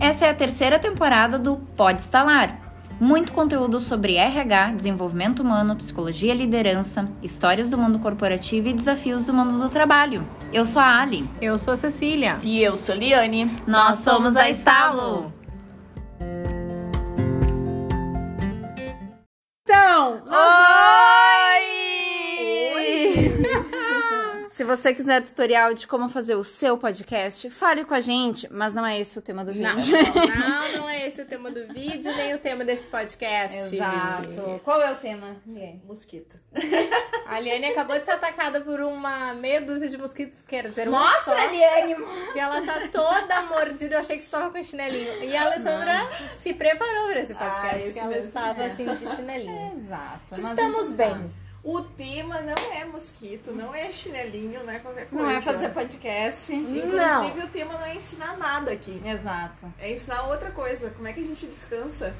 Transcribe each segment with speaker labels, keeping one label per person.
Speaker 1: Essa é a terceira temporada do Pode Estalar. Muito conteúdo sobre RH, desenvolvimento humano, psicologia, liderança, histórias do mundo corporativo e desafios do mundo do trabalho. Eu sou a Ali.
Speaker 2: Eu sou a Cecília.
Speaker 3: E eu sou Liane.
Speaker 1: Nós somos a Estalo.
Speaker 2: Então,
Speaker 3: Oi!
Speaker 1: Se você quiser tutorial de como fazer o seu podcast, fale com a gente, mas não é esse o tema do
Speaker 2: não,
Speaker 1: vídeo.
Speaker 2: não, não é esse o tema do vídeo, nem o tema desse podcast.
Speaker 1: Exato. Qual é o tema? Liane?
Speaker 3: Mosquito.
Speaker 2: A Aliane acabou de ser atacada por uma meia dúzia de mosquitos, quer dizer, uma só.
Speaker 1: Mostra, Liane!
Speaker 2: E ela tá toda mordida, eu achei que estava com chinelinho. E a Alessandra se preparou pra esse podcast,
Speaker 3: Ah,
Speaker 2: porque
Speaker 3: isso
Speaker 2: ela
Speaker 3: mesmo.
Speaker 2: estava assim de chinelinho.
Speaker 1: Exato. É, mas
Speaker 2: Estamos
Speaker 1: então-
Speaker 2: bem.
Speaker 3: O tema não é mosquito, não é chinelinho, não é qualquer coisa.
Speaker 1: Não é fazer podcast.
Speaker 3: Inclusive, o tema não é ensinar nada aqui.
Speaker 1: Exato.
Speaker 3: É ensinar outra coisa. Como é que a gente descansa?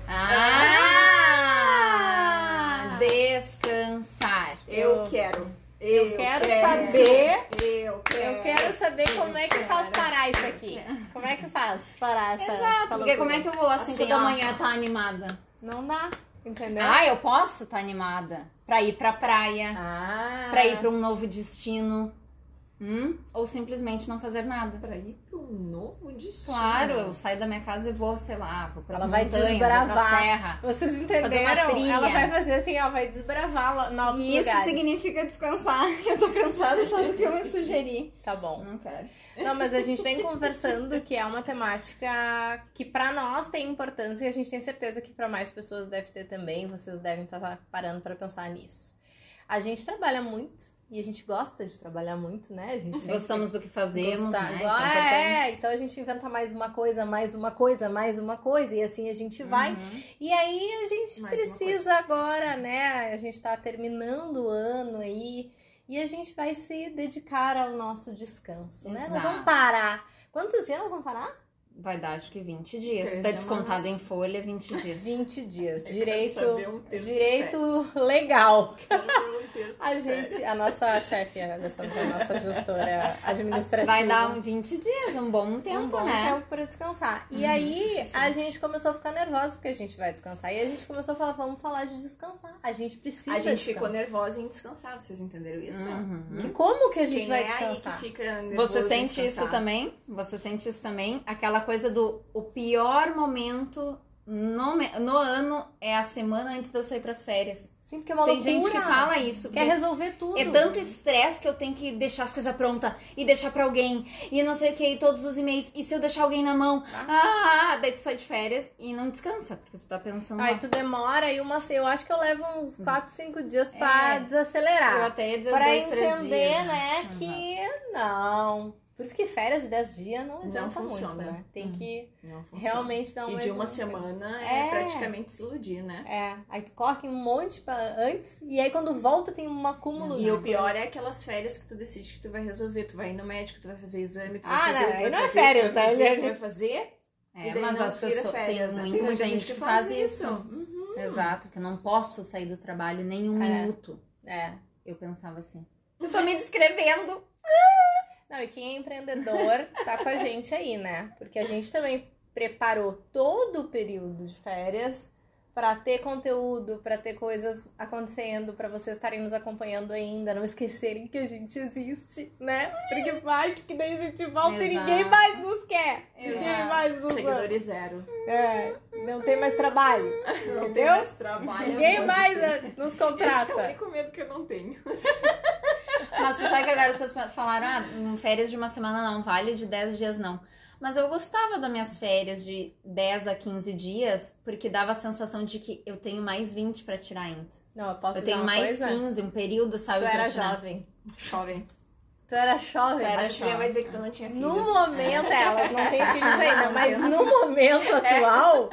Speaker 1: Ah! Descansar.
Speaker 3: Eu,
Speaker 2: Eu-
Speaker 3: quero.
Speaker 2: Eu quero saber,
Speaker 3: Eu quero.
Speaker 2: eu quero saber como é que
Speaker 3: quero.
Speaker 2: faz parar isso aqui. Como é que faz parar essa
Speaker 1: Exato, porque como é que eu vou às 5
Speaker 3: Assim,
Speaker 1: da
Speaker 3: ó.
Speaker 1: manhã tá animada?
Speaker 2: Não dá, entendeu?
Speaker 1: Ah, eu posso estar tá animada pra ir pra praia,
Speaker 3: Ah.
Speaker 1: É. pra ir pra um novo destino. Hum? Ou simplesmente não fazer nada.
Speaker 3: Pra ir pra um novo destino.
Speaker 1: Claro, eu saio da minha casa e vou, sei lá, vou pra
Speaker 2: Ela vai
Speaker 1: montanhas, vou pra
Speaker 2: desbravar.
Speaker 1: serra.
Speaker 2: Vocês
Speaker 1: Fazer uma
Speaker 2: entenderam?
Speaker 1: trilha.
Speaker 2: Ela vai fazer assim, ó, vai desbravar lo- novos
Speaker 1: E isso
Speaker 2: lugares.
Speaker 1: significa descansar. Eu tô cansada só do que eu me sugeri.
Speaker 2: Tá bom.
Speaker 1: Não quero.
Speaker 2: Não, mas a gente vem conversando que é uma temática que pra nós tem importância e a gente tem certeza que pra mais pessoas deve ter também. Vocês devem estar parando pra pensar nisso. A gente trabalha muito e a gente gosta de trabalhar muito, né? A gente sempre
Speaker 1: Gostamos do que fazemos,
Speaker 2: gosta-
Speaker 1: né?
Speaker 2: Go-
Speaker 1: Isso
Speaker 2: é,
Speaker 1: é importante.
Speaker 2: então a gente inventa mais uma coisa, mais uma coisa, mais uma coisa e assim a gente vai.
Speaker 1: Uhum.
Speaker 2: E aí a gente
Speaker 3: Mais uma
Speaker 2: precisa agora, né? A gente tá terminando o ano aí e a gente vai se dedicar ao nosso descanso, né? Nós
Speaker 1: Exato.
Speaker 2: vamos parar. Quantos dias nós vamos parar?
Speaker 1: Vai dar acho que 20 dias.
Speaker 3: Três
Speaker 2: é
Speaker 1: tá descontado
Speaker 3: semanas.
Speaker 1: em folha, 20 dias.
Speaker 2: 20 dias.
Speaker 3: Eu quero saber
Speaker 2: Direito.
Speaker 3: um terço de férias.
Speaker 2: Direito legal.
Speaker 3: Eu quero um terço
Speaker 2: A
Speaker 3: de
Speaker 2: gente,
Speaker 3: férias.
Speaker 2: a nossa chefe, a Alessandra, a nossa gestora administrativa.
Speaker 1: Vai dar um 20 dias, um bom tempo,
Speaker 2: um bom
Speaker 1: né?
Speaker 2: tempo pra descansar. E aí a
Speaker 3: Hum, é suficiente.
Speaker 2: gente começou a ficar nervosa porque a gente vai descansar. E a gente começou a falar, vamos falar de descansar. A gente precisa
Speaker 3: A gente ficou
Speaker 2: descansar.
Speaker 3: nervosa em descansar, vocês entenderam isso?
Speaker 1: Uhum.
Speaker 2: E Como que a gente
Speaker 3: Quem é
Speaker 2: vai
Speaker 3: aí que
Speaker 2: descansar?
Speaker 3: fica nervoso
Speaker 1: Você
Speaker 3: em
Speaker 1: sente isso
Speaker 3: descansar?
Speaker 1: também? Você sente isso também? Aquela coisa do o pior momento no, me- no ano é a semana antes de eu sair pras férias.
Speaker 2: Sim, porque é uma
Speaker 1: Tem
Speaker 2: loucura.
Speaker 1: gente que fala isso.
Speaker 2: Quer
Speaker 1: porque
Speaker 2: resolver tudo.
Speaker 1: É tanto estresse que eu tenho que deixar as coisas prontas e deixar pra alguém e não sei o que, e todos os e-mails. E se eu deixar alguém na mão? Ah, daí tu sai de férias e não descansa, porque tu tá pensando.
Speaker 2: Aí
Speaker 1: "Ah,
Speaker 2: tu demora e uma... Eu acho que eu levo uns 4, 5 dias pra
Speaker 1: É. eu
Speaker 2: desacelerar.
Speaker 1: até ia dizer
Speaker 2: tá. Pra
Speaker 1: dois, três
Speaker 2: entender,
Speaker 1: dias,
Speaker 2: né, que não. Por isso que férias de 10 dias não adianta
Speaker 3: funciona.
Speaker 2: muito, né? Tem que
Speaker 3: Não funciona.
Speaker 2: realmente dar um uma...
Speaker 3: E
Speaker 1: é
Speaker 3: de uma
Speaker 2: resolvida.
Speaker 3: semana
Speaker 2: É.
Speaker 3: é praticamente se iludir, né?
Speaker 2: É, aí tu coloca um monte pra antes e aí quando volta tem um acúmulo de
Speaker 3: E o
Speaker 2: coisa.
Speaker 3: pior é aquelas férias que tu decide que tu vai resolver. Tu vai ir no médico, tu vai fazer exame, tu vai
Speaker 2: Ah,
Speaker 3: fazer,
Speaker 2: não,
Speaker 3: tu
Speaker 2: aí
Speaker 3: vai
Speaker 2: não é
Speaker 3: fazer,
Speaker 2: férias,
Speaker 3: tu vai
Speaker 2: né,
Speaker 3: fazer,
Speaker 2: gente?
Speaker 3: tu vai fazer.
Speaker 1: É,
Speaker 3: e daí
Speaker 1: mas
Speaker 3: não
Speaker 1: as
Speaker 3: vira
Speaker 1: pessoas.
Speaker 3: férias,
Speaker 1: tem,
Speaker 3: né?
Speaker 1: muita gente que faz, isso. Uhum. Exato, que eu não posso sair do trabalho nem um
Speaker 2: É.
Speaker 1: minuto.
Speaker 2: É.
Speaker 1: Eu pensava assim. Eu tô me descrevendo.
Speaker 2: Não, e quem é empreendedor tá com a gente aí, né? Porque a gente também preparou todo o período de férias pra ter conteúdo, pra ter coisas acontecendo, pra vocês estarem nos acompanhando ainda, não esquecerem que a gente existe, né? Porque vai que daí a gente volta e ninguém
Speaker 1: Exato.
Speaker 2: mais nos quer. Ninguém
Speaker 3: Exato.
Speaker 2: mais nos ama.
Speaker 3: Seguidores zero.
Speaker 2: É, não tem mais trabalho.
Speaker 3: Não
Speaker 2: Entendeu?
Speaker 3: tem mais trabalho.
Speaker 2: Ninguém
Speaker 3: amor
Speaker 2: mais
Speaker 3: do céu.
Speaker 2: eh, nos
Speaker 3: Esse é o
Speaker 2: contrata.
Speaker 3: único medo que eu não tenho.
Speaker 1: Mas tu sabe que agora vocês falaram, ah, um férias de uma semana não vale, de 10 dias não. Mas eu gostava das minhas férias de 10 a 15 dias, porque dava a sensação de que eu tenho mais 20 pra tirar ainda.
Speaker 2: Não, eu posso
Speaker 1: eu
Speaker 2: dizer
Speaker 1: tenho
Speaker 2: uma
Speaker 1: mais
Speaker 2: coisa?
Speaker 1: 15, um período, sabe?
Speaker 2: Tu
Speaker 1: pra
Speaker 2: era
Speaker 1: tirar.
Speaker 2: jovem.
Speaker 3: Jovem.
Speaker 2: Tu era jovem.
Speaker 1: Tu era
Speaker 3: Mas a Cecília
Speaker 1: jovem.
Speaker 3: vai dizer que tu não tinha
Speaker 2: No
Speaker 3: filhos.
Speaker 2: momento, elas não têm filhos
Speaker 1: Não
Speaker 2: ainda, É. mas É.
Speaker 1: tem.
Speaker 2: no momento atual,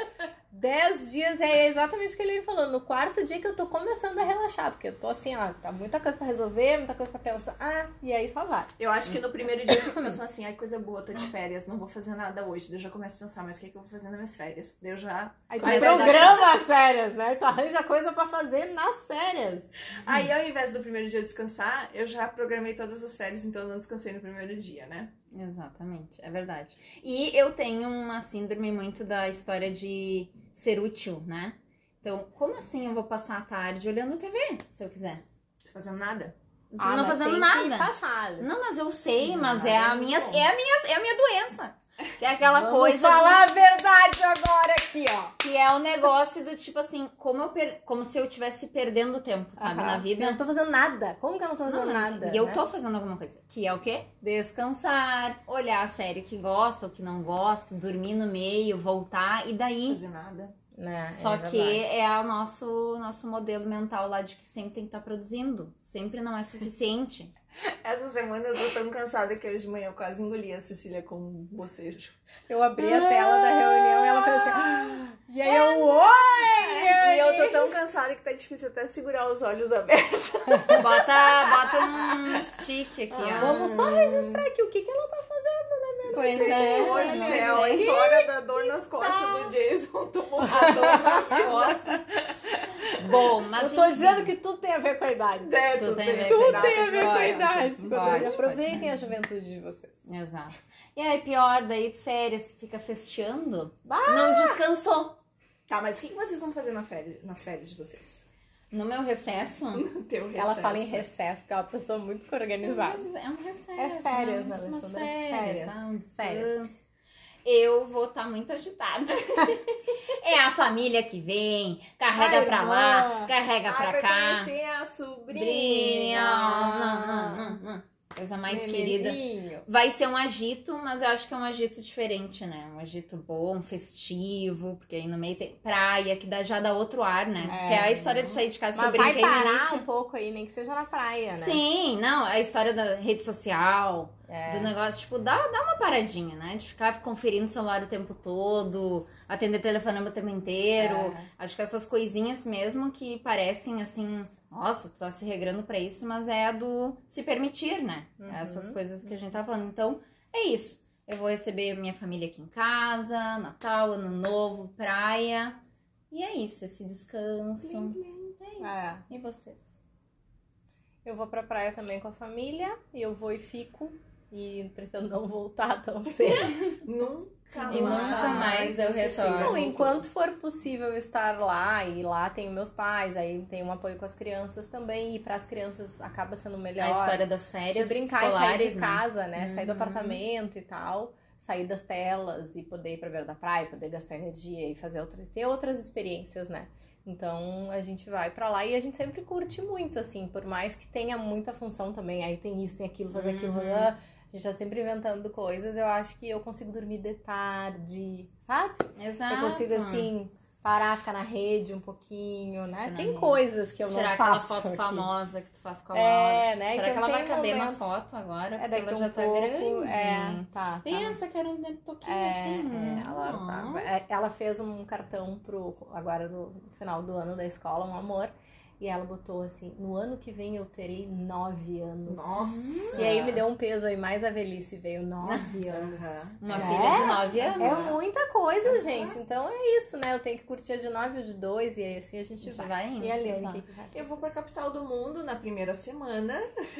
Speaker 2: 10 dias é exatamente o que ele falou. No quarto dia que eu tô começando a relaxar, porque eu tô assim, ó, tá muita coisa pra resolver, muita coisa pra pensar, ah, e aí só vai.
Speaker 3: Eu acho que no primeiro dia eu fico pensando assim, ai, coisa boa, tô de férias, não vou fazer nada hoje. Daí eu já começo a pensar, mas o que, é que eu vou fazer nas minhas férias? Daí eu já.
Speaker 2: Aí tu
Speaker 1: Mas
Speaker 3: eu já-
Speaker 2: programa as férias, né? Tu arranja coisa pra fazer nas férias.
Speaker 3: assim, Aí, ao invés do primeiro dia eu descansar, eu já programei todas as férias, então eu não descansei no primeiro dia, né?
Speaker 1: Exatamente, é verdade. E eu tenho uma síndrome muito da história de ser útil, né? Então, como assim eu vou passar a tarde olhando TV, se eu quiser?
Speaker 3: Tô fazendo nada.
Speaker 2: Ah,
Speaker 1: não tá
Speaker 2: mas
Speaker 1: fazendo
Speaker 2: tem
Speaker 1: nada.
Speaker 2: Que passar. Alex.
Speaker 1: Não, mas eu sei,
Speaker 3: Mas
Speaker 1: mas
Speaker 3: nada
Speaker 1: é
Speaker 3: é
Speaker 1: a
Speaker 3: muito
Speaker 1: minha,
Speaker 3: bom.
Speaker 1: é a minha, é a minha doença. Que é aquela
Speaker 2: Vamos
Speaker 1: coisa do-
Speaker 2: falar a verdade agora aqui, ó.
Speaker 1: que é o negócio do tipo assim, como eu per- como se eu estivesse perdendo tempo, sabe, na
Speaker 2: Aham. Sim, Eu
Speaker 1: vida.
Speaker 2: não tô fazendo nada. Como que eu não tô fazendo
Speaker 1: Não,
Speaker 2: nada?
Speaker 1: E eu
Speaker 2: né?
Speaker 1: tô fazendo alguma coisa. Que é o quê? Descansar, olhar a série que gosta ou que não gosta, dormir no meio, voltar e daí.
Speaker 3: Fazer nada.
Speaker 2: Né, é
Speaker 1: Só que
Speaker 2: verdade.
Speaker 1: é o nosso, nosso modelo mental lá de que sempre tem que estar produzindo. Sempre não é suficiente.
Speaker 3: Essa semana eu tô tão cansada que hoje de manhã eu quase engoli a Cecília com um bocejo.
Speaker 2: Eu abri a tela da reunião e ela fez assim. "Ah", E aí eu. Oi!
Speaker 3: É. E eu tô tão cansada que tá difícil até segurar os olhos abertos.
Speaker 1: Bota, bota um stick aqui, ó.
Speaker 2: Ah, Vamos só registrar aqui o que, que ela tá fazendo na minha
Speaker 3: Pois
Speaker 2: vida.
Speaker 3: é, Olha,
Speaker 2: Olha,
Speaker 3: é a
Speaker 2: gente.
Speaker 3: história da dor nas costas do Jason tomou a dor nas costas.
Speaker 1: Bom, mas.
Speaker 2: Eu tô dizendo que tudo tem a ver com a idade. tá
Speaker 3: É,
Speaker 1: Tudo
Speaker 3: tu
Speaker 1: tem a ver
Speaker 3: tem,
Speaker 1: com
Speaker 2: Tudo
Speaker 1: Nada
Speaker 2: tem a ver com a
Speaker 1: de
Speaker 2: idade.
Speaker 1: pode,
Speaker 2: Godoy.
Speaker 1: pode
Speaker 2: Aproveitem a juventude de vocês.
Speaker 1: Exato. E aí, pior, daí férias fica festeando.
Speaker 2: Bah!
Speaker 1: Não descansou.
Speaker 3: Tá, mas o que que vocês vão fazer na férias, nas férias de vocês?
Speaker 1: No meu recesso.
Speaker 3: No teu
Speaker 2: Ela fala em
Speaker 3: recesso.
Speaker 2: recesso, porque é uma pessoa muito organizada.
Speaker 1: Mas é um recesso.
Speaker 2: É férias,
Speaker 1: né? Umas
Speaker 2: Alessandra, é
Speaker 1: férias,
Speaker 2: férias.
Speaker 1: tá? Um
Speaker 2: Férias.
Speaker 1: descanso. Eu vou estar muito agitada. é a família que vem, carrega
Speaker 2: Ai,
Speaker 1: pra
Speaker 2: irmã.
Speaker 1: lá, carrega
Speaker 3: Ai,
Speaker 1: pra
Speaker 3: vai
Speaker 1: cá.
Speaker 3: conhecer a
Speaker 1: Sobrinha.
Speaker 3: sobrinha.
Speaker 1: Não, não, não, não. Coisa mais querida.
Speaker 2: Bebezinho.
Speaker 1: Vai ser um agito, mas eu acho que é um agito diferente, né? Um agito bom, festivo, porque aí no meio tem praia, que dá, já dá outro ar, né?
Speaker 2: É.
Speaker 1: que é a história de sair de casa
Speaker 2: Mas
Speaker 1: que eu
Speaker 2: vai
Speaker 1: brinquei no
Speaker 2: parar
Speaker 1: início.
Speaker 2: um pouco aí, nem que seja na praia, né?
Speaker 1: Sim, não, é a história da rede social,
Speaker 2: É.
Speaker 1: do negócio, tipo, dá, dá uma paradinha, né? De ficar conferindo o celular o tempo todo, atender telefonema o tempo inteiro.
Speaker 2: É.
Speaker 1: Acho que essas coisinhas mesmo que parecem assim, nossa, tu tá se regrando pra isso, mas é a do se permitir, né?
Speaker 2: Uhum.
Speaker 1: Essas coisas que a gente tá falando. Então, é isso. Eu vou receber minha família aqui em casa, Natal, Ano Novo, praia. E é isso, esse descanso. É isso. E vocês?
Speaker 2: Eu vou pra praia também com a família, e eu vou e fico, e pretendo não voltar tão cedo.
Speaker 3: Nunca
Speaker 1: E nunca mais eu
Speaker 3: Cecília.
Speaker 1: retorno.
Speaker 2: não, enquanto for possível estar lá, e lá tem meus pais, aí tem um apoio com as crianças também, e pras crianças acaba sendo melhor.
Speaker 1: A história das
Speaker 2: de
Speaker 1: férias
Speaker 2: brincar e sair
Speaker 1: escolares,
Speaker 2: de
Speaker 1: né?
Speaker 2: casa, né? Sair do
Speaker 1: Uhum.
Speaker 2: apartamento e tal, sair das telas e poder ir pra beira da praia, poder gastar energia e fazer outra, ter outras experiências, né? Então a gente vai pra lá e a gente sempre curte muito, assim, por mais que tenha muita função também, aí tem isso, tem aquilo, fazer aquilo,
Speaker 1: Uhum.
Speaker 2: ah, a gente tá sempre inventando coisas, eu acho que eu consigo dormir de tarde, sabe?
Speaker 1: Exato.
Speaker 2: Eu consigo, assim, parar, ficar na rede um pouquinho, né?
Speaker 1: Ficar na
Speaker 2: tem
Speaker 1: rede.
Speaker 2: coisas que eu
Speaker 1: Tirar
Speaker 2: não
Speaker 1: aquela
Speaker 2: faço
Speaker 1: foto
Speaker 2: aqui.
Speaker 1: famosa que tu faz com a Laura.
Speaker 2: É, né?
Speaker 1: Será
Speaker 2: Então
Speaker 1: que ela vai
Speaker 2: tem
Speaker 1: caber na
Speaker 2: momentos-
Speaker 1: foto agora?
Speaker 2: é
Speaker 1: Porque
Speaker 2: daqui
Speaker 1: ela
Speaker 2: a um
Speaker 1: já tá
Speaker 2: pouco.
Speaker 1: grande.
Speaker 2: É, tá. tá.
Speaker 1: Pensa que era um toquinho
Speaker 2: É,
Speaker 1: assim.
Speaker 2: é, a Laura tá-
Speaker 1: Ah.
Speaker 2: é, Ela fez um cartão pro agora do no final do ano da escola, um amor. E ela botou assim: no ano que vem eu terei nove anos.
Speaker 3: Nossa.
Speaker 2: E aí me deu um peso aí, mais a velhice veio nove anos.
Speaker 3: Aham.
Speaker 1: Uma
Speaker 2: É?
Speaker 1: filha de 9
Speaker 2: É
Speaker 1: anos.
Speaker 2: muita coisa, gente. Então é isso, né? Eu tenho que curtir a de nove ou de dois, e aí assim a
Speaker 1: A
Speaker 2: gente
Speaker 1: gente
Speaker 2: vai.
Speaker 1: vai indo.
Speaker 2: E a Liane, o
Speaker 1: sabe?
Speaker 2: que que vai?
Speaker 3: Eu vou pra capital do mundo na primeira semana.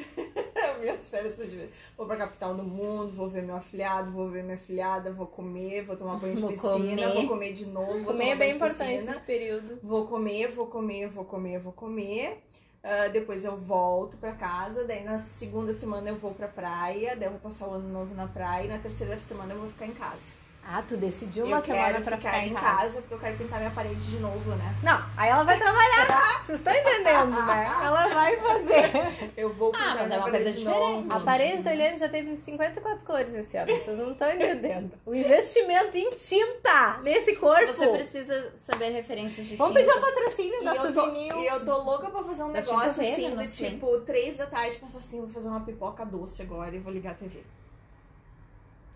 Speaker 3: Minhas férias estão de Vou pra capital do mundo, vou ver meu afilhado, vou ver minha afilhada, vou comer, vou tomar banho de
Speaker 1: Vou
Speaker 3: piscina,
Speaker 1: comer.
Speaker 3: vou comer de novo. vou
Speaker 2: Comer é
Speaker 3: tomar banho
Speaker 2: bem
Speaker 3: de
Speaker 2: importante
Speaker 3: piscina.
Speaker 2: nesse período.
Speaker 3: Vou comer, vou comer, vou comer, vou comer. Ah, depois eu volto pra casa, daí na segunda semana eu vou pra praia, daí eu vou passar o ano novo na praia e na terceira semana eu vou ficar em casa.
Speaker 2: Ah, tu decidiu uma
Speaker 3: eu
Speaker 2: semana
Speaker 3: quero
Speaker 2: pra
Speaker 3: ficar, em casa. porque eu quero pintar minha parede de novo, né?
Speaker 2: Não, aí ela vai trabalhar. Vocês estão entendendo, né? Ela vai fazer.
Speaker 3: Eu vou
Speaker 1: Ah,
Speaker 3: pintar
Speaker 1: mas é
Speaker 3: minha
Speaker 1: uma
Speaker 3: parede
Speaker 1: coisa
Speaker 3: de novo.
Speaker 1: diferente.
Speaker 2: A parede da Eliane já teve 54 cores esse ano. Vocês não estão entendendo. O investimento em tinta nesse corpo.
Speaker 1: Você precisa saber referências de
Speaker 2: Vamos
Speaker 1: tinta.
Speaker 2: pedir um patrocínio da Tá
Speaker 3: E eu, tô,
Speaker 2: Souvenir.
Speaker 3: e eu tô louca pra fazer um
Speaker 1: Da
Speaker 3: negócio
Speaker 1: Tinta Verde
Speaker 3: assim,
Speaker 2: né,
Speaker 1: nos
Speaker 3: do tipo,
Speaker 1: prints.
Speaker 3: três da tarde, pensar assim, vou fazer uma pipoca doce agora e vou ligar a TV.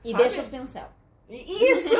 Speaker 1: E
Speaker 3: Sabe?
Speaker 1: deixa os pincel.
Speaker 3: E isso!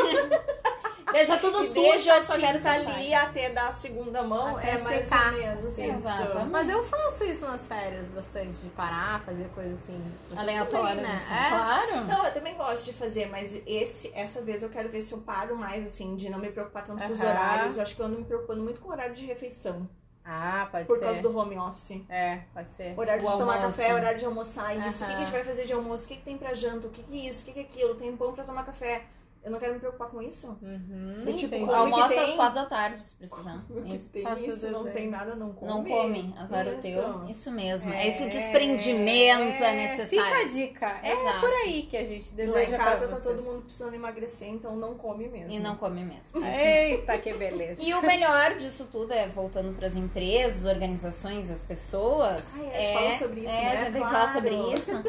Speaker 1: Deixa tudo
Speaker 3: e
Speaker 1: sujo,
Speaker 3: deixa
Speaker 1: eu só quero
Speaker 3: tinta
Speaker 1: saber.
Speaker 3: ali até dar a segunda mão,
Speaker 2: Até
Speaker 3: é mais
Speaker 2: secar.
Speaker 3: ou menos
Speaker 1: Sim,
Speaker 3: isso.
Speaker 1: exatamente.
Speaker 2: Mas eu faço isso nas férias bastante, de parar, fazer coisa assim. vocês
Speaker 1: Aleatórias,
Speaker 2: também, né?
Speaker 1: assim.
Speaker 2: É.
Speaker 1: Claro.
Speaker 3: Não, eu também gosto de fazer, mas esse, essa vez eu quero ver se eu paro mais, assim, de não me preocupar tanto com os
Speaker 2: Aham.
Speaker 3: horários. Eu acho que eu ando me preocupando muito com o horário de refeição.
Speaker 2: Ah, pode
Speaker 3: por
Speaker 2: ser.
Speaker 3: causa do home office.
Speaker 2: É, pode ser.
Speaker 3: Horário
Speaker 1: O
Speaker 3: de tomar
Speaker 1: almoço.
Speaker 3: café, horário de almoçar, isso. O que, que a
Speaker 2: Aham.
Speaker 3: gente vai fazer de almoço? O que, que tem pra janta? O que, que é isso? O que, que é aquilo? Tem pão pra tomar café. Eu não quero me preocupar com isso.
Speaker 2: Uhum,
Speaker 3: É tipo,
Speaker 2: entendi.
Speaker 3: que
Speaker 1: Almoça
Speaker 3: tem?
Speaker 1: às quatro da tarde, se precisar.
Speaker 3: O que
Speaker 1: Isso.
Speaker 3: tem
Speaker 2: Tá
Speaker 3: isso?
Speaker 2: tudo
Speaker 3: Não
Speaker 2: bem.
Speaker 3: tem nada, não come.
Speaker 1: Não come, azar o teu.
Speaker 3: Isso.
Speaker 1: Isso mesmo. É. Esse
Speaker 2: É.
Speaker 1: desprendimento é necessário.
Speaker 2: Fica a dica. É
Speaker 1: Exato.
Speaker 2: por aí que a gente
Speaker 3: Lá em
Speaker 2: deseja
Speaker 3: casa
Speaker 2: pra
Speaker 3: tá
Speaker 2: vocês.
Speaker 3: todo mundo precisando emagrecer, então não come mesmo.
Speaker 1: é E não come mesmo. É isso
Speaker 3: assim.
Speaker 1: mesmo.
Speaker 2: Eita, que beleza.
Speaker 1: E o melhor disso tudo é, voltando para as empresas, organizações, as pessoas.
Speaker 3: Ai, Ah, é, a gente fala sobre isso,
Speaker 1: é,
Speaker 3: né?
Speaker 1: a gente tem que
Speaker 3: Claro.
Speaker 1: falar sobre isso.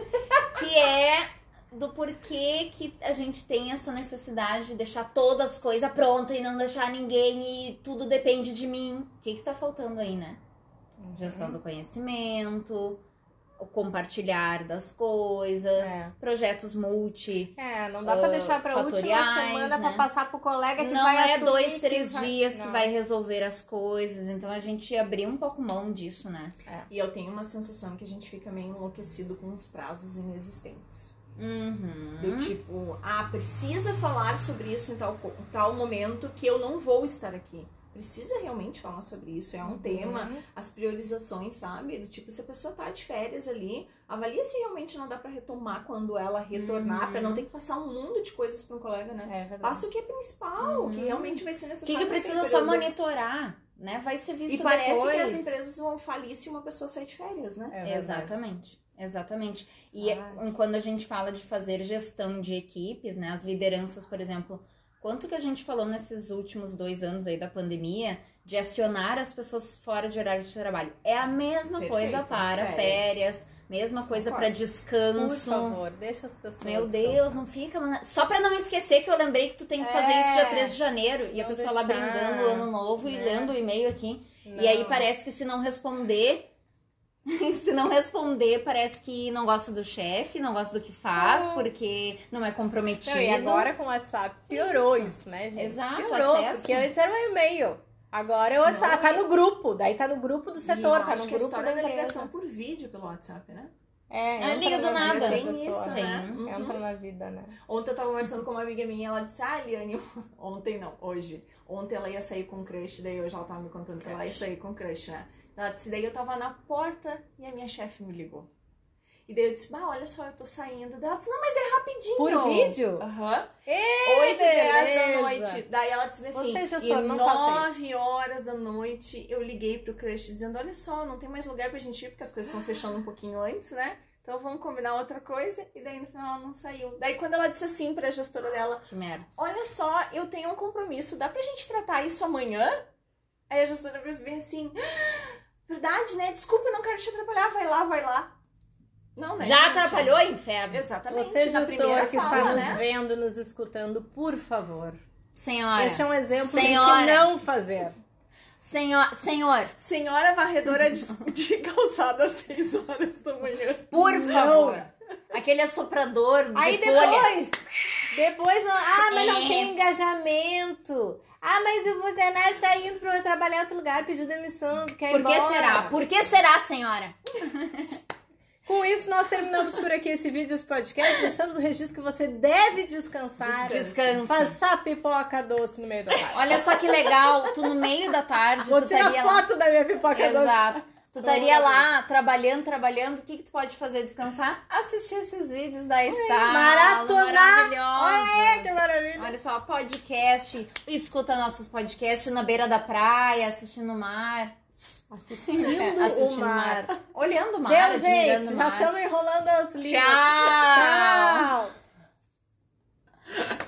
Speaker 1: Que é do porquê que a gente tem essa necessidade de deixar todas as coisas prontas e não deixar ninguém e tudo depende de mim. O que, que tá faltando aí, né? Gestão do conhecimento, o compartilhar das coisas,
Speaker 2: É.
Speaker 1: projetos multi.
Speaker 2: É, não dá pra
Speaker 1: Ah,
Speaker 2: deixar pra última
Speaker 1: fatoriais,
Speaker 2: semana pra
Speaker 1: né?
Speaker 2: passar pro colega que
Speaker 1: Não
Speaker 2: vai
Speaker 1: é
Speaker 2: assumir
Speaker 1: dois,
Speaker 2: que
Speaker 1: três
Speaker 2: vai-
Speaker 1: dias que
Speaker 2: Não.
Speaker 1: vai resolver as coisas. Então a gente abriu um pouco mão disso, né?
Speaker 3: E eu tenho uma sensação que a gente fica meio enlouquecido com os prazos inexistentes. Do
Speaker 1: Uhum.
Speaker 3: tipo, ah, precisa falar sobre isso em tal, co- tal momento que eu não vou estar aqui. Precisa realmente falar sobre isso, é um tema,
Speaker 2: Uhum.
Speaker 3: as priorizações, sabe? Do tipo, se a pessoa tá de férias ali, avalia se realmente não dá pra retomar quando ela retornar,
Speaker 1: Uhum.
Speaker 3: pra não ter que passar um mundo de coisas pra um colega, né?
Speaker 2: É verdade.
Speaker 3: Passa o que é principal, o que
Speaker 1: Uhum.
Speaker 3: realmente vai ser
Speaker 1: O
Speaker 3: necessário.
Speaker 1: que, que
Speaker 3: naquele
Speaker 1: precisa só
Speaker 3: período.
Speaker 1: monitorar, né? Vai ser visto
Speaker 3: E parece
Speaker 1: depois.
Speaker 3: que as empresas vão falir se uma pessoa sair de férias, né?
Speaker 2: É verdade.
Speaker 1: Exatamente. Exatamente. E
Speaker 3: Ah.
Speaker 1: é- quando a gente fala de fazer gestão de equipes, né? As lideranças, por exemplo, quanto que a gente falou nesses últimos dois anos aí da pandemia de acionar as pessoas fora de horário de trabalho? É a mesma
Speaker 3: Perfeito,
Speaker 1: coisa para
Speaker 3: férias.
Speaker 1: férias, mesma coisa para
Speaker 3: Concordo.
Speaker 1: descanso.
Speaker 2: Por favor, deixa as pessoas.
Speaker 1: um Meu Deus, não fica. manda- Só pra não esquecer que eu lembrei que tu tem que fazer isso
Speaker 2: É.
Speaker 1: dia 3 de janeiro. E a
Speaker 2: Não
Speaker 1: pessoa lá
Speaker 2: deixar,
Speaker 1: brindando o ano novo e
Speaker 2: né?
Speaker 1: lendo o e-mail aqui.
Speaker 2: descansar.
Speaker 1: E aí
Speaker 2: Não.
Speaker 1: parece que se não responder. se não responder, parece que não gosta do chefe, não gosta do que faz,
Speaker 2: Não.
Speaker 1: porque não é comprometido.
Speaker 2: Ah. Não, e agora com o WhatsApp piorou isso, né, gente?
Speaker 1: Exato,
Speaker 2: piorou,
Speaker 1: acesso.
Speaker 2: porque antes era um e-mail. Agora é o WhatsApp.
Speaker 3: Não,
Speaker 2: Ah, tá no grupo, daí tá no grupo do
Speaker 3: E
Speaker 2: setor,
Speaker 3: eu
Speaker 2: tá
Speaker 3: acho
Speaker 2: no
Speaker 3: que a
Speaker 2: grupo
Speaker 3: história da
Speaker 2: empresa.
Speaker 3: ligação por vídeo pelo WhatsApp, né?
Speaker 2: É,
Speaker 1: é Ah,
Speaker 2: entra
Speaker 1: liga do
Speaker 2: na
Speaker 1: nada.
Speaker 2: vida da
Speaker 3: Tem
Speaker 2: pessoa,
Speaker 3: isso,
Speaker 1: Tem.
Speaker 3: né? Uhum.
Speaker 2: Entra na vida, né?
Speaker 3: Ontem eu tava conversando com uma amiga minha, ela disse, ah, Eliane, ontem não, hoje. Ontem ela ia sair com um crush, daí hoje ela tava me contando que ela ia sair com um crush, né? Ela disse, daí eu tava na porta e a minha chefe me ligou. E daí eu disse, bah, olha só, eu tô saindo. Daí ela disse, não, mas é rapidinho.
Speaker 2: Por vídeo?
Speaker 3: Aham.
Speaker 2: Ei,
Speaker 3: Oito e dez
Speaker 2: beleza.
Speaker 3: da noite. Daí ela disse assim,
Speaker 2: Você, gestor,
Speaker 3: e
Speaker 2: não faça
Speaker 3: nove horas da noite eu liguei pro crush dizendo, olha só, não tem mais lugar pra gente ir porque as coisas estão fechando um pouquinho antes, né? Então vamos combinar outra coisa. E daí no final ela não saiu. Daí quando ela disse assim pra gestora dela,
Speaker 1: Que merda.
Speaker 3: olha só, eu tenho um compromisso, dá pra gente tratar isso amanhã? Aí a gestora fez bem assim, "Ah, verdade, né? Desculpa, eu não quero te atrapalhar, vai lá, vai lá. Não, né?
Speaker 1: Já
Speaker 3: gente?
Speaker 1: atrapalhou, inferno?
Speaker 3: Exatamente,
Speaker 2: Você,
Speaker 3: na primeira
Speaker 2: gestor, que
Speaker 3: fala,
Speaker 2: está nos
Speaker 3: né?
Speaker 2: vendo, nos escutando, por favor,
Speaker 1: Senhora.
Speaker 2: deixa um exemplo do
Speaker 1: Senhora.
Speaker 2: que não fazer.
Speaker 1: Senhor, senhor,
Speaker 3: Senhora varredora de, de calçada às 6 horas da manhã.
Speaker 1: por
Speaker 2: Não.
Speaker 1: favor. Aquele assoprador de
Speaker 2: Aí
Speaker 1: folha.
Speaker 2: depois, depois não, ah, mas não
Speaker 1: É.
Speaker 2: tem engajamento. Ah, mas o funcionário tá indo pra trabalhar em outro lugar, pediu demissão, quer ir
Speaker 1: Por que
Speaker 2: embora.
Speaker 1: será? Por que será, senhora?
Speaker 2: Com isso, nós terminamos por aqui esse vídeo, esse podcast. Deixamos o registro que você deve descansar.
Speaker 1: Descansa.
Speaker 2: Passar pipoca doce no meio do lado.
Speaker 1: Olha só que legal, tu no meio da tarde,
Speaker 2: Vou
Speaker 1: tu
Speaker 2: tirar
Speaker 1: estaria lá.
Speaker 2: foto da minha pipoca doce.
Speaker 1: Exato. Tu
Speaker 2: Pelo
Speaker 1: estaria
Speaker 2: amor de
Speaker 1: lá trabalhando, trabalhando. O que, que tu pode fazer? Descansar? Assistir esses vídeos da Estalo.
Speaker 2: maratonar.
Speaker 1: Maravilhosa.
Speaker 2: Que maravilha.
Speaker 1: Olha só, podcast. Escuta nossos podcasts na beira da praia, assistindo o mar. É,
Speaker 2: Assistindo,
Speaker 1: Assistindo
Speaker 2: o mar.
Speaker 1: Olhando o mar,
Speaker 2: Deu,
Speaker 1: admirando
Speaker 2: gente.
Speaker 1: o
Speaker 2: Já
Speaker 1: mar.
Speaker 2: estamos enrolando as línguas.
Speaker 1: Tchau.
Speaker 2: Tchau.